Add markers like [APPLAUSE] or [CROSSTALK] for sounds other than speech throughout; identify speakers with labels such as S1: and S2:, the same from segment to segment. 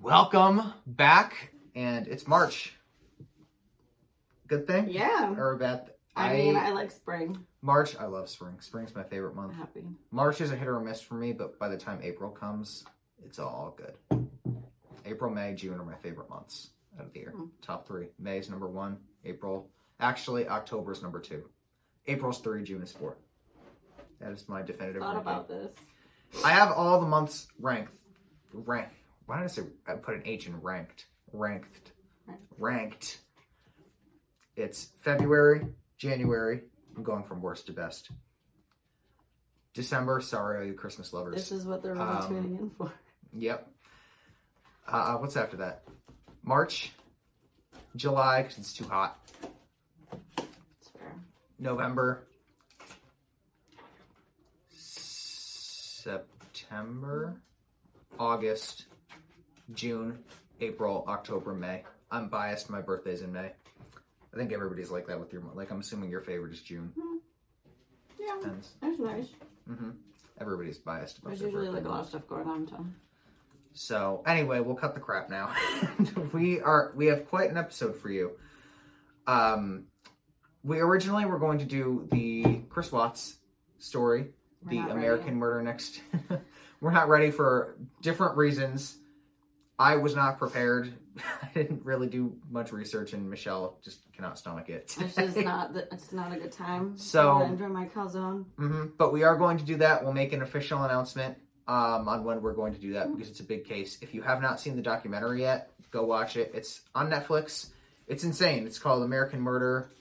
S1: welcome back, and it's March. Good thing
S2: Yeah.
S1: or a bad? Th-
S2: I, mean, I Uh-huh. like spring.
S1: March. I love spring. Spring's my favorite month.
S2: I'm happy.
S1: March is a hit or miss for me, but by the time April comes, it's all good. April, May, June are my favorite months out of the year.
S2: Mm.
S1: Top three. May is number one. April, actually, October is number two. April's three. June is four. That is my definitive.
S2: Thought
S1: ranking.
S2: about this.
S1: I have all the months ranked. Rank. Why did I say I put an H in ranked? Ranked. Ranked. It's February, January. I'm going from worst to best. December. Sorry, all you Christmas lovers.
S2: This is what they're really
S1: Um,
S2: tuning in for. [LAUGHS]
S1: Yep. Uh, what's after that? March, July, because it's too hot.
S2: It's fair.
S1: November, September, August, June, April, October, May. I'm biased. My birthday's in May. I think everybody's like that with your mo- like. I'm assuming your favorite is June.
S2: Yeah,
S1: Depends.
S2: that's nice.
S1: hmm Everybody's biased about
S2: There's
S1: their
S2: usually
S1: birthday
S2: like a lot
S1: month.
S2: of stuff going on in town.
S1: So anyway, we'll cut the crap now. [LAUGHS] we are we have quite an episode for you. Um, we originally were going to do the Chris Watts story,
S2: We're
S1: the
S2: not ready.
S1: American Murder Next. [LAUGHS] we're not ready for different reasons. I was not prepared. [LAUGHS] I didn't really do much research, and Michelle just cannot stomach it.
S2: It's [LAUGHS] just not. The, it's not a good time.
S1: So-
S2: I wanna enjoy my calzone.
S1: hmm But we are going to do that. We'll make an official announcement um, on when we're going to do that because it's a big case. If you have not seen the documentary yet, go watch it. It's on Netflix. It's insane. It's called American Murder.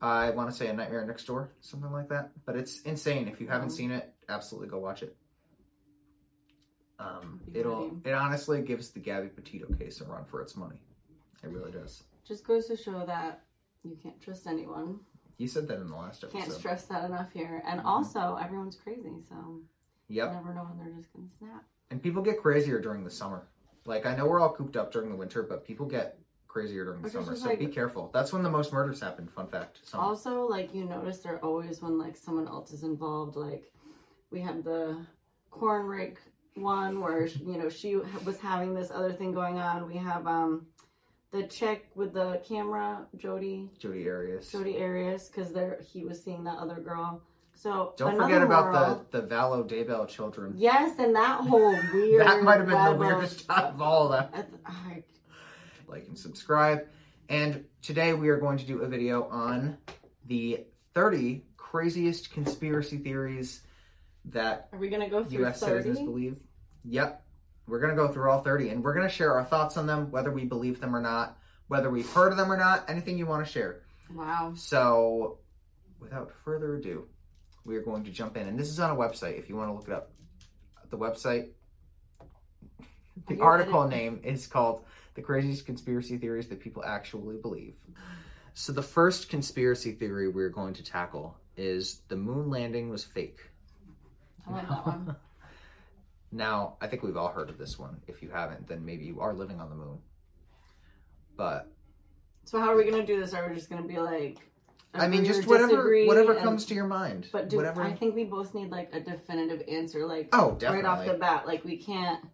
S1: I want to say A Nightmare Next Door, something like that. But it's insane. If you haven't
S2: Mm-hmm.
S1: seen it, absolutely go watch it. Um,
S2: Be
S1: it'll
S2: ready.
S1: it honestly gives the Gabby Petito case a run for its money. It really does.
S2: Just goes to show that you can't trust anyone.
S1: You said that in the last episode.
S2: Can't stress that enough here. And also, everyone's crazy, so
S1: Yep.
S2: you never know when they're just gonna snap.
S1: And people get crazier during the summer. Like I know we're all cooped up during the winter, but people get crazier during the
S2: Which is
S1: summer.
S2: just
S1: So
S2: like-
S1: be careful. That's when the most murders happen. Fun fact. Summer.
S2: Also, like you notice they're always when like someone else is involved. Like we had the corn rake one where you know she was having this other thing going on. We have um the chick with the camera, Jody,
S1: Jody Arias.
S2: Jody Arias, because there he was seeing that other girl. So
S1: Don't
S2: another
S1: forget about
S2: world.
S1: the the Valo Daybell children.
S2: yes, and that
S1: [LAUGHS]
S2: whole weird
S1: that might have been
S2: web
S1: the
S2: of-
S1: weirdest [LAUGHS] of all of them.
S2: I th- I-
S1: Like and subscribe. And today we are going to do a video on the 30 craziest conspiracy theories that
S2: Are we gonna go through
S1: U.S. citizens
S2: thirty?
S1: believe. Yep. We're going to go through all 30 and we're going to share our thoughts on them, whether we believe them or not, whether we've heard of them or not, anything you want to share.
S2: Wow.
S1: So, without further ado, we are going to jump in. And this is on a website if you want to look it up. The website, [LAUGHS]
S2: Are
S1: the
S2: you
S1: article name is called The Craziest Conspiracy Theories That People Actually Believe. So, the first conspiracy theory we're going to tackle is the moon landing was fake.
S2: I like that one.
S1: Now, I think we've all heard of this one. If you haven't, then maybe you are living on the moon. But
S2: So how are we gonna do this? Are we just gonna be like?
S1: I mean,
S2: agree or
S1: just whatever
S2: disagree
S1: whatever
S2: and-
S1: comes to your mind.
S2: But do,
S1: whatever.
S2: I think we both need like a definitive answer, like
S1: oh, definitely.
S2: right off the bat. Like we can't.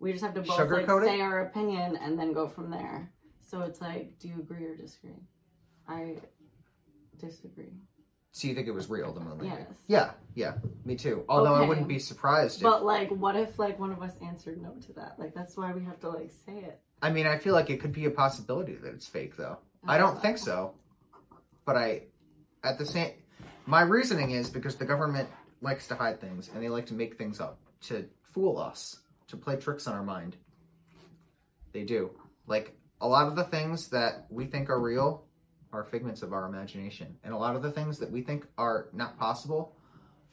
S2: We just have to both like,
S1: Sugarcoat it?
S2: say our opinion and then go from there. So it's like, do you agree or disagree? I disagree.
S1: so you think it was real the moon? landing?
S2: Yes.
S1: Yeah, yeah. Me too. Although I
S2: Okay.
S1: wouldn't be surprised. If,
S2: But like, what if like one of us answered no to that? Like that's why we have to like say it.
S1: I mean, I feel like it could be a possibility that it's fake, though. I
S2: Oh.
S1: don't think so. But I, at the same, my reasoning is because the government likes to hide things and they like to make things up to fool us, to play tricks on our mind. They do. Like, a lot of the things that we think are real are figments of our imagination. And a lot of the things that we think are not possible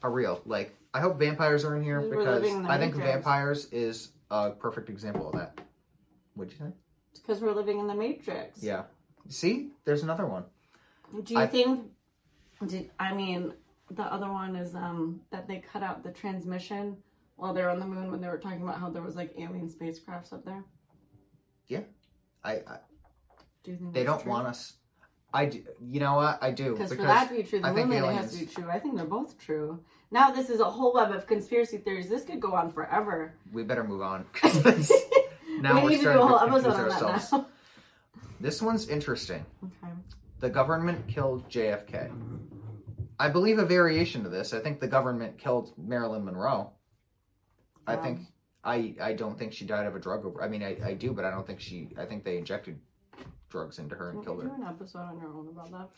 S1: are real. Like, I hope vampires are in here
S2: We're
S1: because
S2: living in the
S1: I think
S2: Matrix.
S1: vampires is a perfect example of that. What'd you say?
S2: Because we're living in the matrix.
S1: Yeah. See, there's another one.
S2: Do you
S1: I-
S2: think? Did I mean the other one is um that they cut out the transmission while they're on the moon when they were talking about how there was like alien spacecrafts up there?
S1: I, I
S2: Do you think
S1: they don't want us. I d- you know what I do
S2: because for that to be true, the
S1: I think
S2: moon landing has to be
S1: aliens-
S2: true. I think they're both true. Now this is a whole web of conspiracy theories. This could go on forever. [LAUGHS]
S1: [LAUGHS] we better move on. 'cause this- Now
S2: we
S1: we're
S2: need to do a
S1: starting
S2: whole
S1: to
S2: episode
S1: confuse
S2: on that
S1: ourselves.
S2: now. [LAUGHS]
S1: This one's interesting.
S2: okay.
S1: The government killed JFK. I believe a variation to this. I think the government killed Marilyn Monroe. I
S2: Yeah.
S1: think I I don't think she died of a drug over. I mean I, I do, but I don't think she. I think they injected drugs into her and
S2: Can
S1: killed her.
S2: we do an episode on our own about that?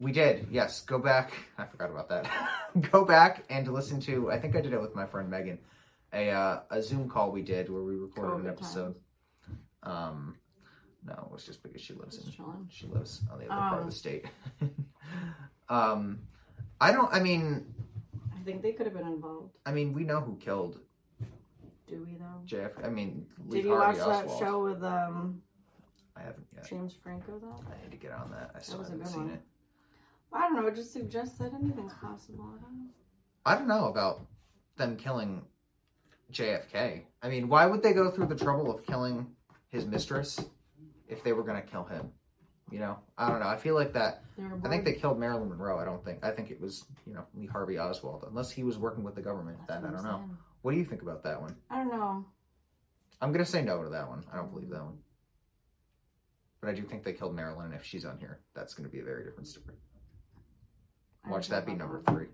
S1: We did. Yes, go back. I forgot about that. go back and listen to. I think I did it with my friend Megan. A uh, a Zoom call we did where we recorded
S2: COVID
S1: an episode. Um, no, it was just because she lives in
S2: Just chilling.
S1: she lives on the other part of
S2: Um.
S1: the state. [LAUGHS] um, I don't. I mean,
S2: I think they could have been involved.
S1: I mean, we know who killed
S2: Do we though?
S1: Jeff. I mean, Lee
S2: Did you
S1: Harvey
S2: watch that
S1: Oswald.
S2: show with um
S1: I haven't yet.
S2: James Franco though?
S1: I need to get on that. I still
S2: was a
S1: haven't
S2: good
S1: seen
S2: one.
S1: it.
S2: I don't know. It just suggests that anything's possible. I don't know.
S1: I don't know about them killing JFK. I mean, why would they go through the trouble of killing his mistress if they were going to kill him? You know, I don't know. I feel like that.
S2: They were
S1: I think
S2: bored.
S1: they killed Marilyn Monroe. I don't think. I think it was, you know, Lee Harvey Oswald, unless he was working with the government.
S2: That's
S1: That I
S2: what I'm
S1: don't know.
S2: saying.
S1: What do you think about that one?
S2: I don't know.
S1: I'm going to say no to that one. I don't believe that one. But I do think they killed Marilyn. and If she's on here, that's going to be a very different story.
S2: I
S1: Watch
S2: don't
S1: that be
S2: know.
S1: number three.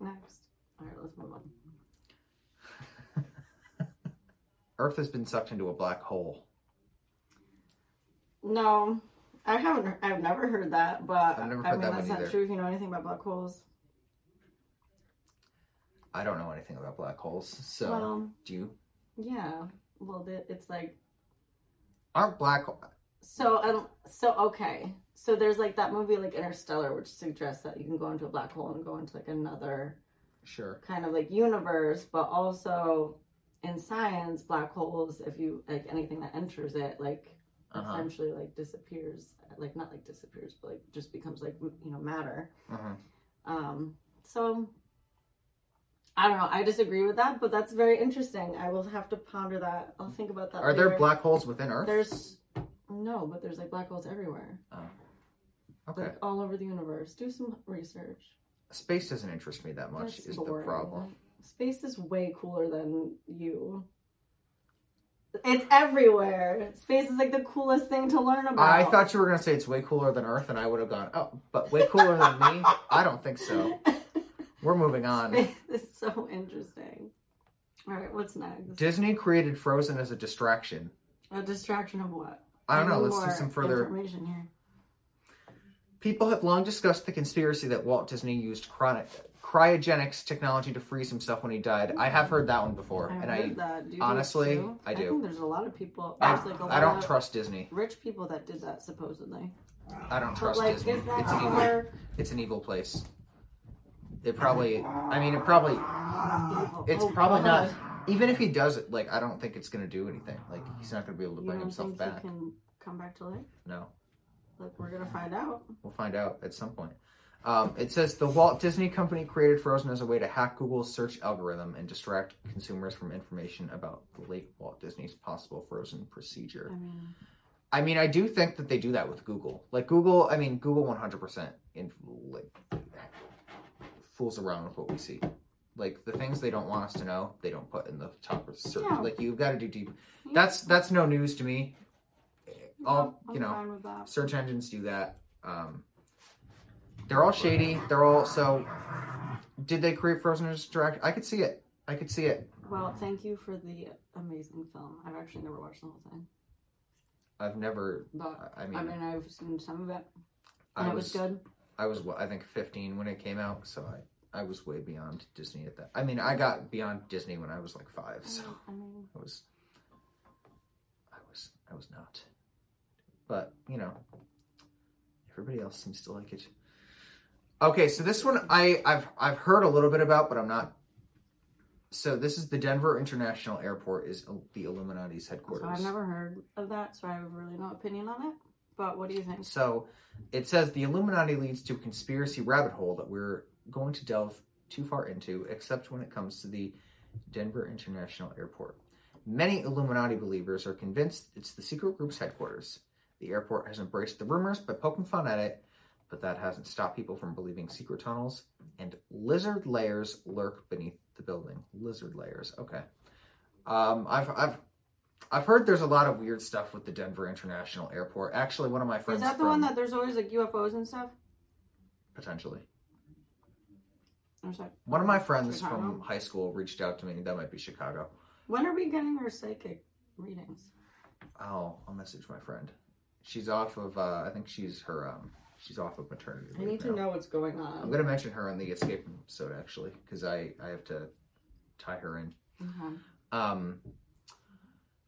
S2: Next. All right, let's move on.
S1: Earth has been sucked into a black hole.
S2: No, I haven't. I've never heard that, but
S1: I've never
S2: I
S1: heard
S2: mean
S1: that one
S2: that's not
S1: either.
S2: true. If you know anything about black holes,
S1: I don't know anything about black holes, so
S2: well,
S1: do you?
S2: yeah. Well, the- it's like
S1: Aren't black hole-
S2: so. Um, so okay. So there's like that movie, like Interstellar, which suggests that you can go into a black hole and go into like another
S1: sure?
S2: kind of like universe, but also in science, black holes, if you like anything that enters it, like
S1: Uh-huh.
S2: essentially like disappears, like not like disappears, but like just becomes like you know matter.
S1: Mhm.
S2: Um, so I don't know. I disagree with that, but that's very interesting. I will have to ponder that. I'll think about that.
S1: Are there
S2: later.
S1: black holes within Earth?
S2: There's no, but there's like black holes everywhere,
S1: okay.
S2: like all over the universe. Do some research.
S1: Space doesn't interest me that much.
S2: That's
S1: is
S2: boring.
S1: the problem?
S2: Space is way cooler than you. It's everywhere. Space is like the coolest thing to learn about.
S1: I
S2: [LAUGHS]
S1: thought you were gonna say it's way cooler than Earth, and I would have gone, oh, but way cooler than me? I don't think
S2: [LAUGHS]
S1: so. We're moving on.
S2: Space is so interesting. All right, what's next?
S1: Disney created Frozen as a distraction.
S2: A distraction of what?
S1: I don't know. Let's do
S2: More
S1: some further
S2: information here.
S1: People have long discussed the conspiracy that Walt Disney used chronic, cryogenics technology to freeze himself when he died. I have heard that one before,
S2: I
S1: and
S2: heard
S1: I
S2: that. Do you
S1: honestly,
S2: think it's true?
S1: I do.
S2: think there's a lot of people.
S1: I,
S2: There's like a
S1: I
S2: lot
S1: don't
S2: of
S1: trust Disney.
S2: rich people that did that supposedly.
S1: I don't trust
S2: but like,
S1: Disney.
S2: is that
S1: It's an evil.
S2: more-
S1: It's an evil place. It probably. I mean, it probably.
S2: evil?
S1: It's
S2: Oh,
S1: probably not.
S2: God.
S1: Even if he does it, like I don't think it's gonna do anything. Like he's not gonna be able to
S2: You
S1: bring
S2: don't
S1: himself
S2: think
S1: back.
S2: he can come back to life?
S1: No.
S2: Look, we're gonna find out.
S1: We'll find out at some point. Um, it says the Walt Disney Company created Frozen as a way to hack Google's search algorithm and distract consumers from information about the late Walt Disney's possible Frozen
S2: I
S1: procedure.
S2: mean,
S1: I mean, I do think that they do that with Google. Like Google, I mean, Google 100% in, like fools around with what we see. Like the things they don't want us to know, they don't put in the top of the search.
S2: Yeah.
S1: Like you've got to do deep.
S2: Yeah.
S1: That's that's no news to me. All
S2: I'm
S1: you know,
S2: fine with that.
S1: search engines do that. Um, they're all shady. They're all so. Did they create Frozen as direct? I could see it. I could see it.
S2: Well, thank you for the amazing film. I've actually never watched the whole thing,
S1: I've never.
S2: but
S1: I- I mean,
S2: I mean, I've seen some of it, and
S1: I
S2: it was,
S1: was.
S2: good.
S1: I was. I think 15 when it came out, so I. I was way beyond Disney at that. I mean, I got beyond Disney when I was like five, so
S2: I mean,
S1: I was. I was. I was not. But you know, everybody else seems to like it. Okay, so this one I I've I've heard a little bit about, but I'm not. So this is the Denver International Airport is il- the Illuminati's
S2: so
S1: headquarters.
S2: I've never heard of that, so I have really no opinion on it. But what do you think?
S1: So it says the Illuminati leads to a conspiracy rabbit hole that we're going to delve too far into, except when it comes to the Denver International Airport. Many Illuminati believers are convinced it's the secret group's headquarters. The airport has embraced the rumors by poking fun at it, but that hasn't stopped people from believing secret tunnels and lizard layers lurk beneath the building. Lizard layers, okay. Um, I've I've I've heard there's a lot of weird stuff with the Denver International Airport. Actually, one of my friends
S2: Is that the
S1: from-
S2: one that there's always like UFOs and stuff?
S1: potentially
S2: Or is that-
S1: one of my friends
S2: Chicago?
S1: from high school reached out to me. That might be Chicago.
S2: When are we getting our psychic readings?
S1: Oh, I'll message my friend. She's off of. Uh, I think she's her. Um, she's off of maternity.
S2: I
S1: leave
S2: need to
S1: now.
S2: know what's going on.
S1: I'm gonna mention her on the escape episode actually, because I I have to tie her in.
S2: Okay.
S1: Um,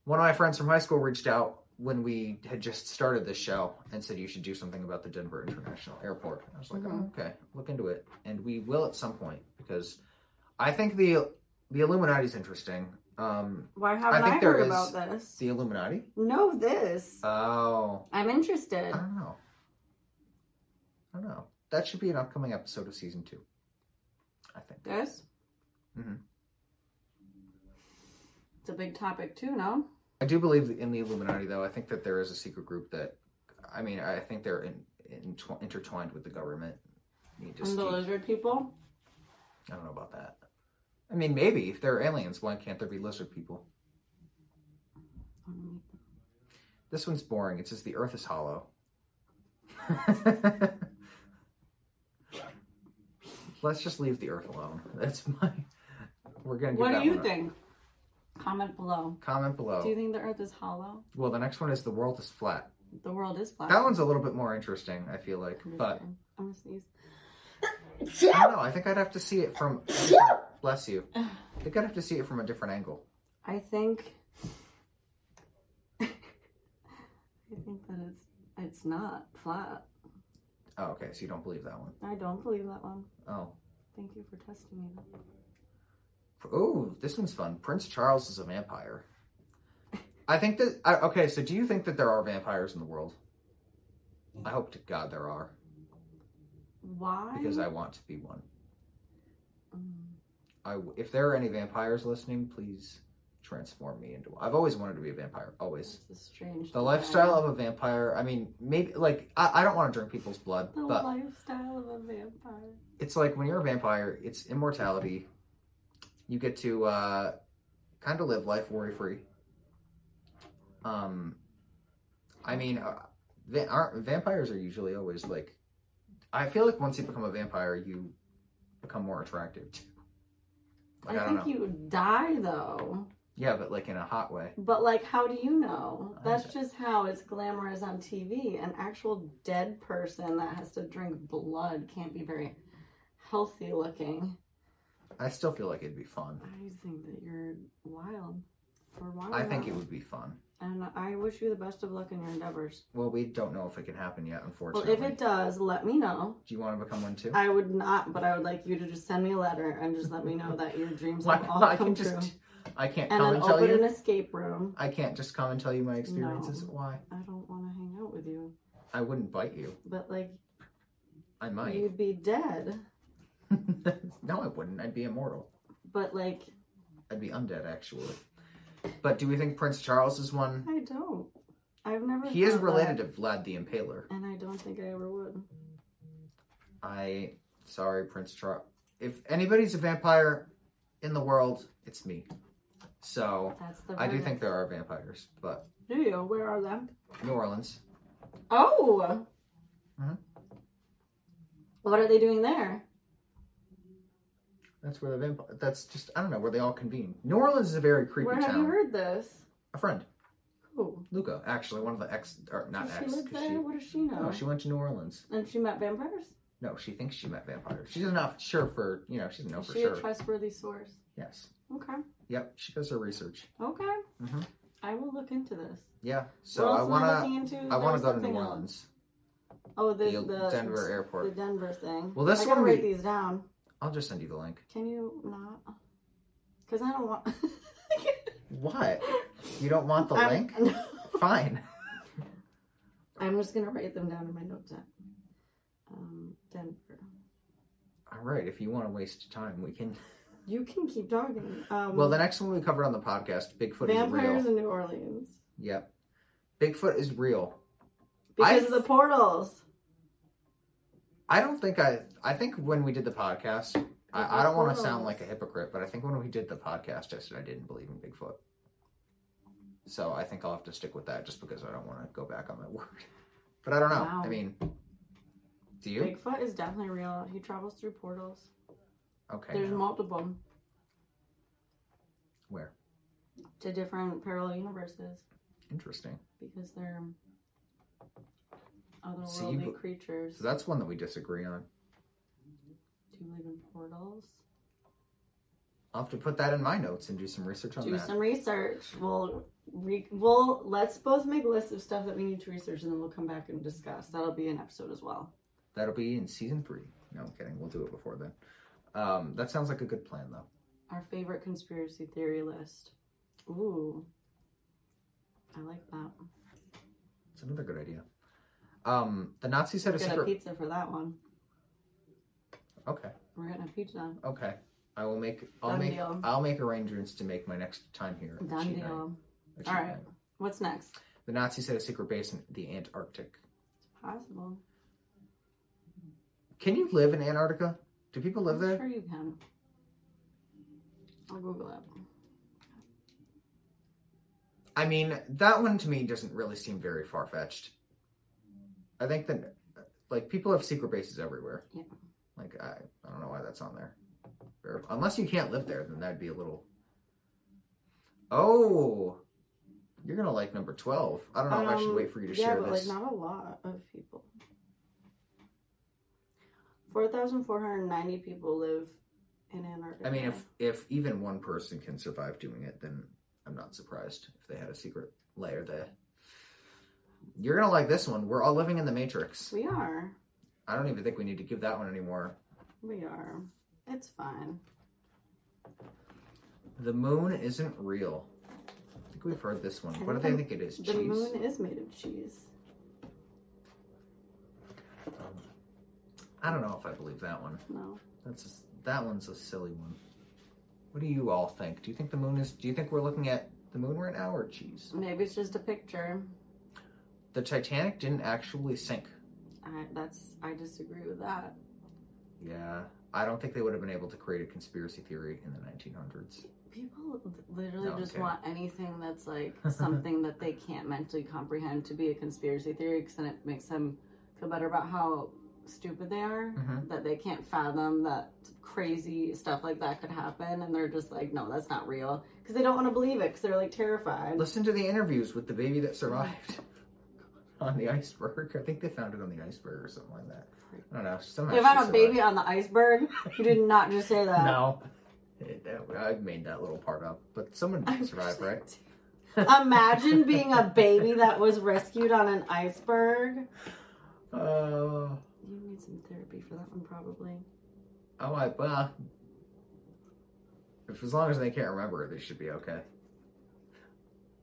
S1: one of my friends from high school reached out when we had just started this show and said you should do something about the Denver International Airport. And I was like,
S2: Mhm.
S1: oh, okay, look into it, and we will at some point because I think the the Illuminati's interesting. Um,
S2: Why haven't
S1: think
S2: I,
S1: there
S2: heard
S1: is-
S2: about this?
S1: the Illuminati?
S2: No, this.
S1: Oh,
S2: I'm interested.
S1: I don't know. I don't know. That should be an upcoming episode of season two. I think.
S2: This?
S1: Mhm.
S2: It's a big topic too, no?
S1: I do believe in the Illuminati, though. I think that there is a secret group that, I mean, I think they're in, in, intertwined with the government. You just
S2: And the
S1: keep-
S2: lizard people?
S1: I don't know about that. I mean, maybe if they're aliens, why can't there be lizard people? This one's boring. It says the Earth is hollow. [LAUGHS] Let's just leave the Earth alone. That's my. We're gonna. Give
S2: What
S1: that
S2: do you
S1: one Oh. a-
S2: think? Comment below.
S1: Comment below.
S2: Do you think the earth is hollow?
S1: Well, the next one is the world is flat.
S2: The world is flat.
S1: That one's a little bit more interesting, I feel like. But
S2: I'm gonna sneeze.
S1: I don't know. I think I'd have to see it from. Bless you. I think I'd have to see it from a different angle.
S2: I think [LAUGHS] I think that it's it's not flat.
S1: Oh, okay. So you don't believe that one.
S2: I don't believe that one.
S1: Oh.
S2: Thank you for testing me.
S1: Oh, this one's fun. Prince Charles is a vampire. I think that. I, okay, so do you think that there are vampires in the world? I hope to God there are
S2: Why?
S1: because I want to be one.
S2: Mm.
S1: I w if there are any vampires listening, please transform me into. I've always wanted to be a vampire. Always.
S2: This is strange.
S1: The lifestyle of a vampire. I mean, maybe like I, I don't want to drink people's blood,
S2: the
S1: but
S2: lifestyle of a vampire.
S1: it's like when you're a vampire, it's immortality. You get to uh, kind of live life worry free. Um, I mean, uh, va- aren't vampires are usually always like? I feel like once you become a vampire, you become more attractive. too. Like I,
S2: I,
S1: don't
S2: think
S1: know.
S2: you die though.
S1: Yeah, but like in a hot way.
S2: But like, how do you know?
S1: I
S2: That's just how it's glamorous on TV. An actual dead person that has to drink blood can't be very healthy looking.
S1: I still feel like it'd be fun.
S2: I think that you're wild for wild.
S1: I think it would be fun.
S2: And I wish you the best of luck in your endeavors.
S1: Well, we don't know if it can happen yet,
S2: Well,
S1: unfortunately.
S2: if it does, let me know.
S1: Do you want to become one too?
S2: I would not, but I would like you to just send me a letter and just let me know that your
S1: [LAUGHS]
S2: dreams
S1: Why-
S2: have
S1: [LAUGHS]
S2: all
S1: I
S2: come
S1: can
S2: true.
S1: [LAUGHS] just. I can't
S2: And
S1: come
S2: then
S1: and tell
S2: open
S1: you.
S2: an escape room.
S1: I can't just come and tell you my experiences.
S2: No.
S1: Why?
S2: I don't want to hang out with you,
S1: I wouldn't bite you.
S2: but like
S1: I might.
S2: you'd be dead.
S1: [LAUGHS] no, I wouldn't. I'd be immortal.
S2: But like
S1: I'd be undead, actually. But do we think Prince Charles is one?
S2: I don't. I've never.
S1: He is
S2: thought
S1: related to Vlad the Impaler.
S2: that, and I don't think I ever would.
S1: I. Sorry, Prince Charles. If anybody's a vampire in the world, it's me. So
S2: That's the.
S1: I do
S2: verdict.
S1: think there are vampires, but
S2: Do you? Where are them?
S1: New Orleans.
S2: Oh.
S1: Mhm.
S2: What are they doing there?
S1: That's where the vampire. That's just I don't know where they all convene. New Orleans is a very creepy
S2: Where have
S1: town.
S2: you heard this?
S1: A friend.
S2: Who?
S1: Luca, actually, one of the ex, or not
S2: Does she
S1: ex.
S2: live
S1: 'cause
S2: there?
S1: she,
S2: What does she know?
S1: no, she went to New Orleans.
S2: And she met vampires.
S1: No, she thinks she met vampires. She's not sure for, you know, she doesn't know
S2: Is
S1: for
S2: she
S1: sure.
S2: a trustworthy source?
S1: yes.
S2: Okay.
S1: Yep, she does her research.
S2: Okay.
S1: Mhm.
S2: I will look into this.
S1: Yeah, so
S2: What
S1: I
S2: else am
S1: wanna,
S2: looking into?
S1: I
S2: There
S1: wanna
S2: was
S1: go to
S2: something
S1: New
S2: else.
S1: Orleans,
S2: Oh, the,
S1: the,
S2: the
S1: Denver
S2: the
S1: airport.
S2: Denver thing.
S1: Well, this
S2: I gotta
S1: one
S2: write
S1: we-
S2: these down.
S1: I'll just send you the link.
S2: Can you not? Because I don't want. [LAUGHS]
S1: What? You don't want [LAUGHS] the
S2: I'm, [LAUGHS]
S1: link? Fine.
S2: I'm just gonna write them down in my notes app. Um, Denver.
S1: All right, if you want to waste time, we can.
S2: You can keep talking. Um,
S1: Well, the next one we covered on the podcast, Bigfoot is
S2: vampires
S1: real.
S2: in New Orleans
S1: Yep, Bigfoot is real.
S2: because
S1: I-
S2: of the portals.
S1: I don't think I. I think when we did the podcast, I, I don't want to sound like a hypocrite, but I think when we did the podcast, I said I didn't believe in Bigfoot. So I think I'll have to stick with that just because I don't want to go back on my [LAUGHS] word. But I don't know.
S2: Wow.
S1: I mean, do you?
S2: Bigfoot is definitely real. He travels through portals.
S1: okay.
S2: There's
S1: no.
S2: multiple
S1: Where?
S2: to different parallel universes
S1: Interesting.
S2: because they're
S1: So you
S2: otherworldly
S1: be-
S2: creatures.
S1: So that's one that we disagree on.
S2: Do you believe in portals?
S1: I'll have to put that in my notes and do some research on
S2: Do
S1: that.
S2: some research. We'll re- we'll let's both make lists of stuff that we need to research, and then we'll come back and discuss. That'll be an episode as well.
S1: That'll be in season three. No, I'm kidding. We'll do it before then. Um, that sounds like a good plan, though.
S2: Our favorite conspiracy theory list. Ooh, I like that.
S1: It's another good idea. Um, the Nazis had a
S2: Get a
S1: secret.
S2: pizza for that one.
S1: Okay,
S2: We're getting a pizza.
S1: okay. I will make. I'll
S2: Done
S1: make.
S2: deal.
S1: I'll make arrangements to make my next time here. a
S2: Done
S1: cheat night-
S2: deal.
S1: a cheat
S2: All right.
S1: night.
S2: What's next?
S1: The Nazis had a secret base in the Antarctic.
S2: Possible.
S1: Can you live in Antarctica? Do people live
S2: I'm
S1: there?
S2: Sure you can. I'll Google it.
S1: I mean, that one to me doesn't really seem very far fetched. I think that, like, people have secret bases everywhere.
S2: Yeah.
S1: Like, I, I don't know why that's on there. Or- unless you can't live there, then that'd be a little. Oh! You're gonna like number 12. I don't know if I should
S2: Um,
S1: wait for you to
S2: yeah,
S1: share
S2: but
S1: this.
S2: like not a lot of people. Four thousand four hundred ninety people live in Antarctica.
S1: I mean, if, if even one person can survive doing it, then I'm not surprised if they had a secret layer there. You're gonna like this one. We're all living in the Matrix.
S2: we are,
S1: I don't even think we need to give that one anymore.
S2: we are. It's fine.
S1: The moon isn't real. I think we've heard this one.
S2: I
S1: What do
S2: think
S1: they
S2: I'm-
S1: think it is?
S2: The
S1: Cheese?
S2: moon is made of cheese.
S1: I don't know if I believe that one.
S2: No,
S1: That's just, that one's a silly one. What do you all think? Do you think the moon is? Do you think we're looking at the moon right now or cheese?
S2: maybe it's just a picture.
S1: The Titanic didn't actually sink.
S2: I, that's I disagree with that.
S1: Yeah, I don't think they would have been able to create a conspiracy theory in the 1900s.
S2: People literally
S1: No, I'm
S2: just
S1: kidding.
S2: want anything that's like
S1: [LAUGHS]
S2: something that they can't mentally comprehend to be a conspiracy theory because then it makes them feel better about how stupid they are,
S1: Mhm.
S2: that they can't fathom that crazy stuff like that could happen. And they're just like, no, that's not real because they don't want to believe it because they're like terrified.
S1: Listen to the interviews with the baby that survived [LAUGHS] on the iceberg. I think they found it on the iceberg or something like that. I don't know. Somehow
S2: They
S1: she
S2: found a
S1: survived.
S2: baby on the iceberg. You did not just say that.
S1: No. I made that little part up, but someone
S2: [LAUGHS] I'm
S1: did survive, right?
S2: Imagine being a baby that was rescued on an iceberg.
S1: Uh,
S2: You need some therapy for that one, probably.
S1: oh, I, well, if as long as they can't remember it, they should be okay.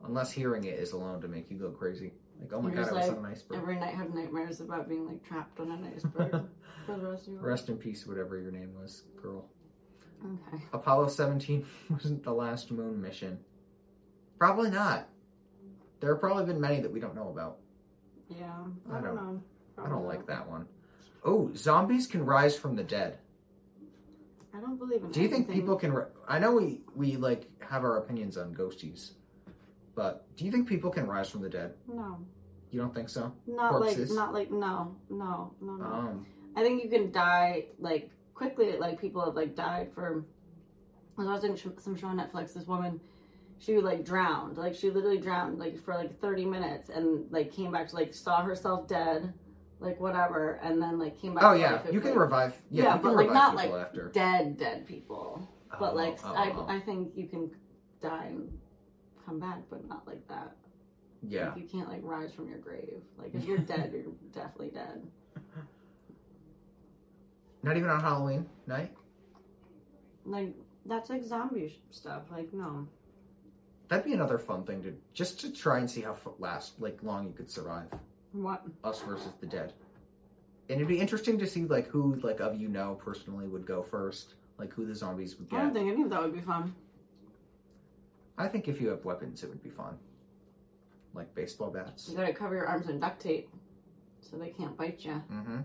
S1: Unless hearing it is alone to make you go crazy. Like, oh my god,
S2: You're
S1: it
S2: just
S1: was
S2: like,
S1: on an iceberg.
S2: Every night have nightmares about being like trapped on an
S1: [LAUGHS]
S2: iceberg for the rest of your life.
S1: Rest in peace, whatever your name was, girl.
S2: Okay.
S1: Apollo 17 [LAUGHS] wasn't the last moon mission. Probably not. There have probably been many that we don't know about.
S2: Yeah. I,
S1: I
S2: don't
S1: don't-
S2: know.
S1: I don't like that one. Oh, zombies can rise from the dead.
S2: I don't believe in
S1: Do you think
S2: anything.
S1: people can? Ri- I know we we like have our opinions on ghosties, but do you think people can rise from the dead?
S2: No.
S1: You don't think so?
S2: Not
S1: Corpses?
S2: like not like no. No. No no.
S1: Um,
S2: I think you can die like quickly. Like people have like died for. I was watching sh- some show on Netflix. This woman, she like drowned. Like she literally drowned like for like thirty minutes and like came back to like saw herself dead, like whatever, and then like came back.
S1: oh
S2: to
S1: yeah,
S2: life. It
S1: you can
S2: was,
S1: revive. Yeah,
S2: Yeah,
S1: you
S2: but,
S1: can
S2: like,
S1: revive
S2: not,
S1: people
S2: like,
S1: after.
S2: dead dead people. But
S1: Oh,
S2: like
S1: oh,
S2: I,
S1: oh.
S2: I think you can die and come back, but not like that.
S1: yeah,
S2: Like, you can't like rise from your grave.
S1: [LAUGHS]
S2: Like if you're dead, you're definitely dead.
S1: not even on Halloween night.
S2: Like that's like zombie sh- stuff. Like no.
S1: That'd be another fun thing to just to try and see how f- last like long you could survive.
S2: What?
S1: Us versus the dead, and it'd be interesting to see like who like of you know personally would go first, like who the zombies would
S2: I
S1: get.
S2: don't think any of that would be fun.
S1: I think if you have weapons, it would be fun, like baseball bats.
S2: You gotta cover your arms in duct tape so they can't bite you.
S1: Mm-hmm.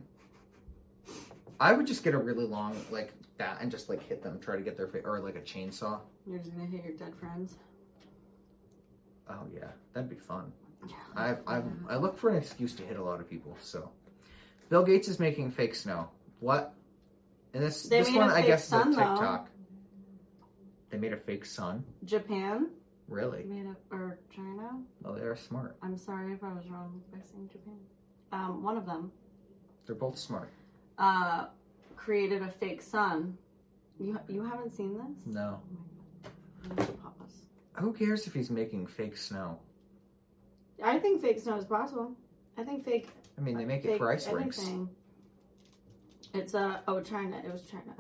S1: I would just get a really long like that and just like hit them, try to get their face, or like a chainsaw.
S2: You're just gonna hit your dead friends.
S1: Oh yeah, that'd be fun.
S2: Yeah.
S1: I I I look for an excuse to hit a lot of people. So, Bill Gates is making fake snow. What? And this
S2: They
S1: this
S2: made
S1: one
S2: a
S1: I
S2: fake
S1: guess is a
S2: sun, though.
S1: TikTok. They made a fake sun.
S2: Japan
S1: Really?
S2: made up or China.
S1: Well, they are smart.
S2: I'm sorry if I was wrong by saying Japan. Um, one of them
S1: They're both smart.
S2: uh, created a fake sun. You you haven't seen this?
S1: No.
S2: You need to pause.
S1: Who cares if he's making fake snow?
S2: I think fake snow is possible. I think fake
S1: I mean, they make it
S2: Fake
S1: for ice rinks.
S2: anything. It's uh oh China. It was China.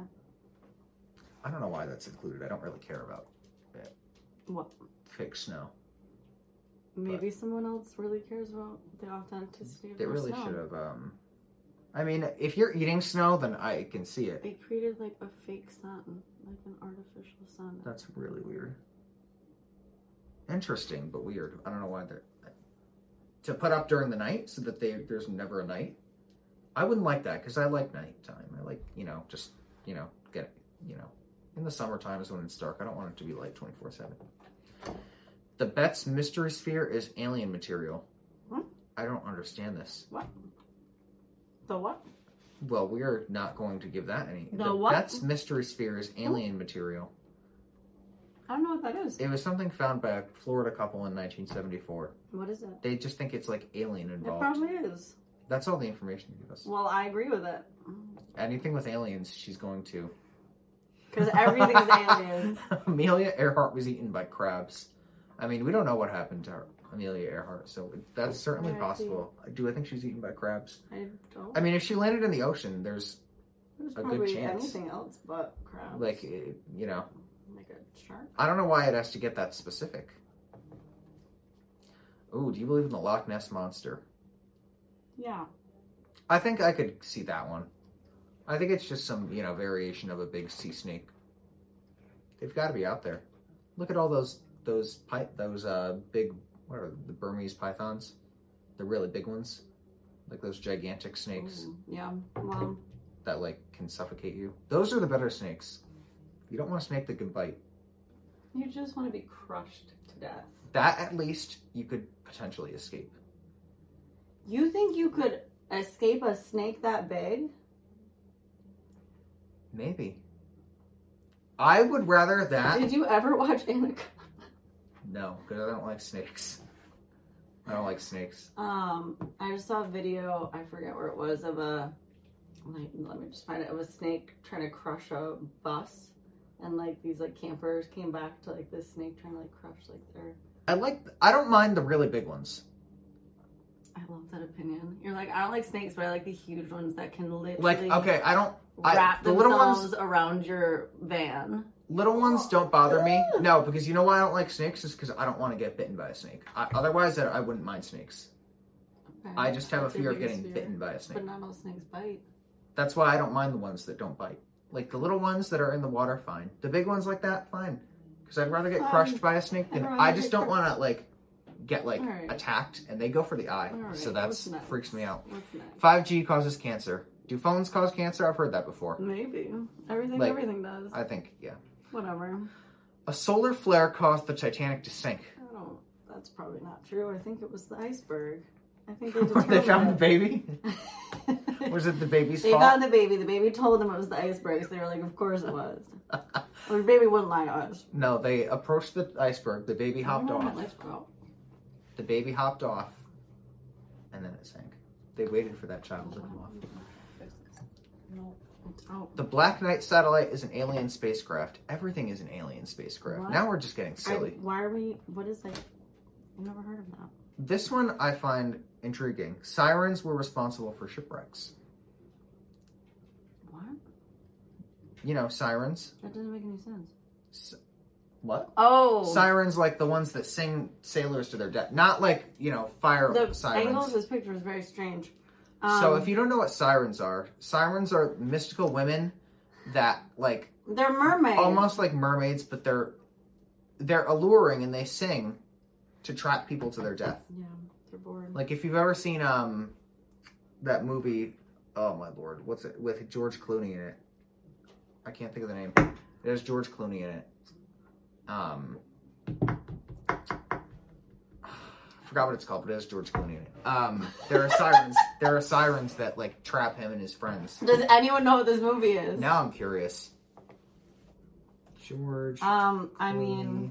S1: I don't know why that's included. I don't really care about it.
S2: What?
S1: Fake snow.
S2: Maybe someone else really cares about the authenticity of
S1: They
S2: their
S1: really
S2: snow.
S1: should have. Um, I mean, if you're eating snow, then I can see it.
S2: They created like a fake sun, like an artificial sun.
S1: That's really weird. Interesting, but weird. I don't know why they're to put up during the night so that they there's never a night. I wouldn't like that because I like nighttime. I like you know just you know get you know in the summertime is when it's dark. I don't want it to be light twenty four seven. The Bet's mystery sphere is alien material.
S2: Hmm?
S1: I don't understand this.
S2: The what?
S1: Well, we're not going to give that any.
S2: The what? Hmm?
S1: Bet's mystery sphere is alien material.
S2: I don't know what that is.
S1: It was something found by a Florida couple in 1974.
S2: What is it?
S1: They just think it's like alien
S2: It
S1: involved.
S2: probably is.
S1: That's all the information they give us.
S2: Well, I agree with it
S1: Anything with aliens, she's going to.
S2: because [LAUGHS] everything's aliens.
S1: [LAUGHS] Amelia Earhart was eaten by crabs. I mean, we don't know what happened to her, Amelia Earhart, so that's certainly
S2: R.I.P.
S1: possible. Do I think she was eaten by crabs?
S2: I don't.
S1: I mean, if she landed in the ocean, there's
S2: There's
S1: good
S2: probably
S1: chance.
S2: anything else but crabs.
S1: like, eh, you know,
S2: like a shark.
S1: I don't know why it has to get that specific. Ooh, do you believe in the Loch Ness monster?
S2: Yeah.
S1: I think I could see that one. I think it's just some, you know, variation of a big sea snake. They've got to be out there. Look at all those those pi- those uh big what are the Burmese pythons? The really big ones. Like those gigantic snakes
S2: Mm, yeah. Well,
S1: that like can suffocate you. Those are the better snakes. You don't want a snake that can bite.
S2: you just want to be crushed to death.
S1: That at least you could potentially escape.
S2: You think you could escape a snake that big?
S1: Maybe. I would rather that
S2: Did you ever watch Anaconda?
S1: no, because I don't like snakes. I don't like snakes.
S2: Um, I just saw a video. I forget where it was of a. Like, let me just find it. Of a snake trying to crush a bus, and like these like campers came back to like this snake trying to like crush like their.
S1: I like. I don't mind the really big ones.
S2: I love that opinion. You're like I don't like snakes, but I like the huge ones that can
S1: Like
S2: literally
S1: okay, I don't. I-
S2: wrap
S1: the little
S2: themselves
S1: ones-
S2: around your van.
S1: Little ones don't bother me. No, because you know why I don't like snakes is because I don't want to get bitten by a snake. I, otherwise, I, I wouldn't mind snakes.
S2: Okay.
S1: I just have a
S2: That's
S1: fear
S2: your
S1: of
S2: biggest
S1: getting
S2: fear.
S1: bitten by a snake.
S2: But not all snakes bite.
S1: That's why I don't mind the ones that don't bite. Like the little ones that are in the water, fine. The big ones like that, fine. Because I'd rather get
S2: Fine.
S1: crushed by a snake than
S2: I'd rather
S1: I just
S2: get
S1: don't
S2: crushed.
S1: want to like get like
S2: Alright.
S1: attacked, and they go for the eye.
S2: Alright,
S1: So
S2: what's
S1: that's
S2: next?
S1: freaks me out.
S2: What's next?
S1: 5G causes cancer. Do phones cause cancer? I've heard that before.
S2: Maybe everything.
S1: Like,
S2: everything does.
S1: I think yeah.
S2: Whatever.
S1: A solar flare caused the Titanic to sink.
S2: I don't. That's probably not true. I think it was the iceberg. I think [LAUGHS] they
S1: Where [LAUGHS]
S2: determined
S1: they found the
S2: it.
S1: baby? Was it the baby's
S2: [LAUGHS] they
S1: fault?
S2: found the baby. The baby told them it was the iceberg. So they were like, "Of course it
S1: [LAUGHS]
S2: was." well, the baby wouldn't lie to us.
S1: No, they approached the iceberg. The baby hopped
S2: I don't know
S1: off.
S2: what iceberg- oh,
S1: The baby hopped off, and then it sank. They waited for that child to come off.
S2: No, it's out.
S1: The Black Knight satellite is an alien spacecraft. Everything is an alien spacecraft.
S2: What?
S1: Now we're just getting
S2: I-
S1: silly.
S2: why are we? What is that? I've never heard of that.
S1: This one I find intriguing. Sirens were responsible for shipwrecks.
S2: What?
S1: You know, sirens.
S2: That doesn't make any sense.
S1: What?
S2: Oh,
S1: Sirens like the ones that sing sailors to their death. Not like, you know, fire
S2: the
S1: sirens.
S2: angle of this picture is very strange. Um,
S1: So if you don't know what sirens are, sirens are mystical women that like
S2: they're mermaids,
S1: almost like mermaids, but they're they're alluring and they sing to trap people to their death.
S2: yeah, they're bored.
S1: Like if you've ever seen um that movie, oh my lord, what's it with George Clooney in it? I can't think of the name. There's George Clooney in it. Um forgot what it's called, but it has George Clooney in it. Um, there are
S2: [LAUGHS]
S1: sirens. there are sirens that like trap him and his friends.
S2: Does anyone know what this movie is?
S1: Now I'm curious. George.
S2: Um, I mean,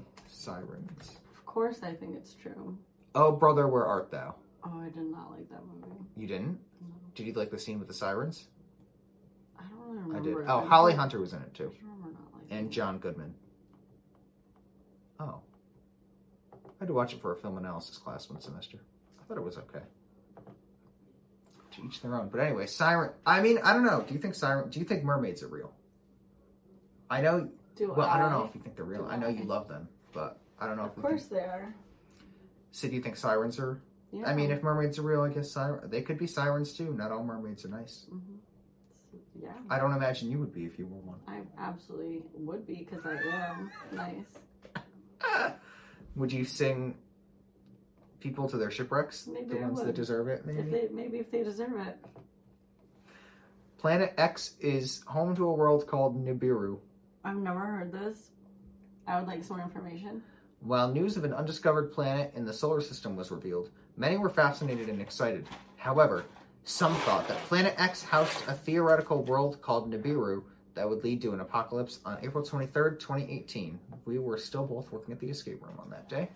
S1: Clooney, sirens.
S2: of course, I think it's true.
S1: Oh, brother, where art thou?
S2: Oh, I did not like that movie.
S1: You didn't? Did you like the scene with the sirens?
S2: I don't really
S1: I
S2: remember.
S1: did.
S2: it.
S1: Oh, Holly Hunter was in it too,
S2: I remember not liking
S1: and
S2: it.
S1: John Goodman. Oh, I had to watch it for a film analysis class one semester. I thought it was okay. To each their own. But anyway, siren. I mean, I don't know. Do you think siren? Do you think mermaids are real? I know.
S2: Do
S1: Well, I don't know
S2: I?
S1: if you think they're real. I know you love them, but I don't know. If
S2: Of
S1: we
S2: course
S1: Think,
S2: they are.
S1: so do you think sirens are?
S2: Yeah.
S1: I mean, if mermaids are real, I guess siren. They could be sirens too. Not all mermaids are nice.
S2: Mhm. yeah,
S1: I don't imagine you would be if you were one.
S2: I absolutely would be because I am nice.
S1: Would you sing people to their shipwrecks?
S2: Maybe
S1: the
S2: I
S1: ones that
S2: would.
S1: deserve it, maybe?
S2: If they maybe if they deserve it.
S1: Planet X is home to a world called Nibiru.
S2: I've never heard this. I would like some more information.
S1: While news of an undiscovered planet in the solar system was revealed, many were fascinated and excited. However, some thought that Planet X housed a theoretical world called Nibiru that would lead to an apocalypse on April 23rd, 2018. We were still both working at the escape room on that day.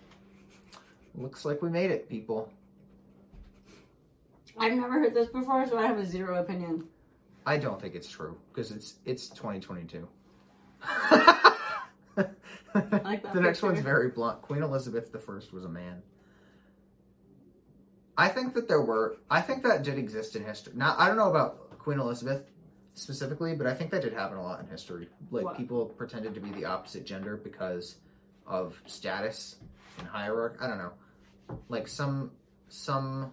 S1: Looks like we made it, people.
S2: I've never heard this before, so I have a zero opinion.
S1: I don't think it's true because it's it's 2022.
S2: like that
S1: the next one's
S2: picture.
S1: very blunt. Queen Elizabeth I was a man. I think that there were. I think that did exist in history. Now I don't know about Queen Elizabeth specifically, but I think that did happen a lot in history. Like
S2: What?
S1: people pretended to be the opposite gender because of status and hierarchy. I don't know. Like some some.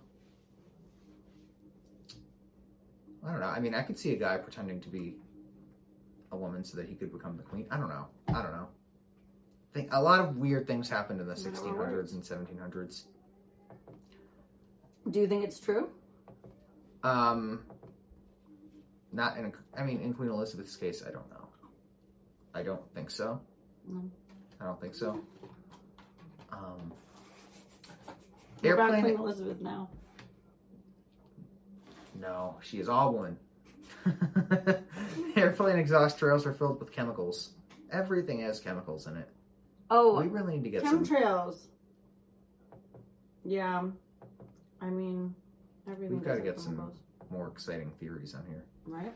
S1: I don't know. I mean, I could see a guy pretending to be a woman so that he could become the queen. I don't know. I don't know. Think a lot of weird things happened in the
S2: Whatever
S1: 1600s and 1700s.
S2: Do you think it's true?
S1: Um, not in. A, I mean, in Queen Elizabeth's case, I don't know. I don't think so.
S2: No.
S1: I don't think so. Um,
S2: What about
S1: airplane-
S2: Queen Elizabeth now?
S1: No, she is all one. [LAUGHS] Airplane exhaust trails are filled with chemicals. Everything has chemicals in it. We
S2: Oh,
S1: really need to get some.
S2: chemtrails. Yeah, I mean, everything.
S1: We've gotta
S2: doesn't
S1: get
S2: come
S1: some-
S2: close,
S1: more exciting theories on here.
S2: right?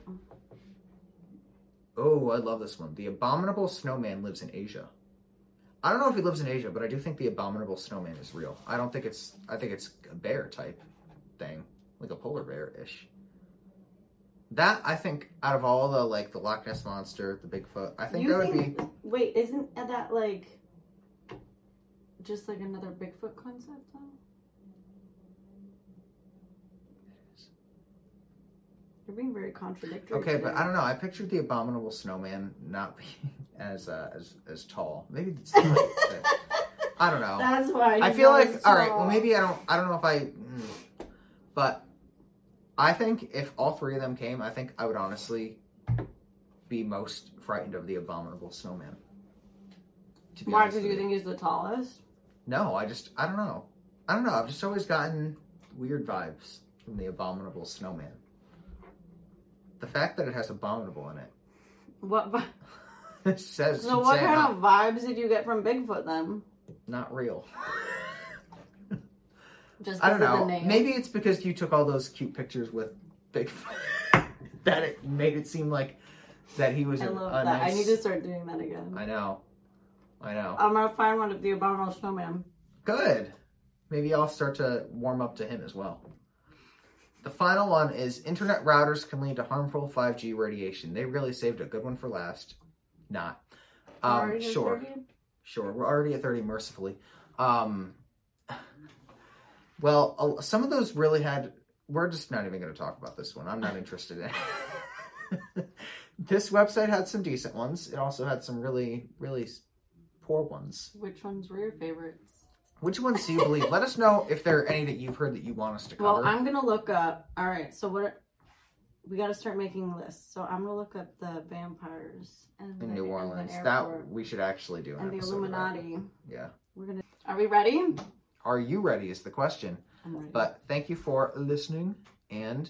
S1: Oh, I love this one. The abominable snowman lives in Asia. I don't know if he lives in Asia, but I do think the abominable snowman is real. I don't think it's. I think it's a bear type thing, like a polar bear ish. That I think out of all the like the Loch Ness monster, the Bigfoot, I think
S2: you
S1: that would
S2: think?
S1: be.
S2: Wait, isn't that like just like another Bigfoot concept? Though? You're being very contradictory.
S1: Okay,
S2: today.
S1: but I don't know. I pictured the abominable snowman not [LAUGHS] being as uh, as as tall. Maybe it's [LAUGHS] the height.
S2: [LAUGHS]
S1: that- I don't know.
S2: That's why
S1: I
S2: you
S1: feel
S2: know
S1: like
S2: it's
S1: all right. Well,
S2: wrong.
S1: maybe I don't. I don't know if I. mm. but I think if all three of them came, I think I would honestly be most frightened of the abominable snowman. To be
S2: Why?
S1: honest
S2: Because
S1: with
S2: you think he's the tallest?
S1: No, I just I don't know. I don't know. I've just always gotten weird vibes from the abominable snowman. The fact that it has abominable in it
S2: What?
S1: [LAUGHS]
S2: vi-
S1: says
S2: So
S1: should
S2: what
S1: say
S2: kind
S1: not,
S2: of vibes did you get from Bigfoot then?
S1: not real. [LAUGHS]
S2: Just
S1: I don't
S2: because
S1: know.
S2: Of the name.
S1: Maybe it's because you took all those cute pictures with Bigfoot [LAUGHS] that it made it seem like that he was.
S2: I
S1: a-
S2: love
S1: a
S2: that. I
S1: nice-
S2: need to start doing that again.
S1: I know. I know.
S2: I'm gonna find one of the abominable snowman.
S1: Good. Maybe I'll start to warm up to him as well. The final one is internet routers can lead to harmful 5G radiation. They really saved a good one for last. Not. Um,
S2: Already
S1: sure.
S2: interviewed?
S1: Sure, we're already at 30, mercifully. Um, well, a- some of those really had. We're just not even going to talk about this one. I'm not interested in [LAUGHS] This website had some decent ones. It also had some really, really s- poor ones.
S2: Which ones were your favorites?
S1: Which ones do you believe? Let us know if there are any that you've heard that you want us to cover.
S2: Well, I'm gonna look up. All right, so what? we gotta start making lists. So I'm gonna look up the vampires and
S1: in
S2: the-
S1: New
S2: and the
S1: Orleans.
S2: airport
S1: That we should actually do an
S2: and the
S1: episode of that.
S2: Illuminati.
S1: Yeah.
S2: We're gonna. Are we ready?
S1: Are you ready? Is the question.
S2: I'm ready.
S1: But thank you for listening and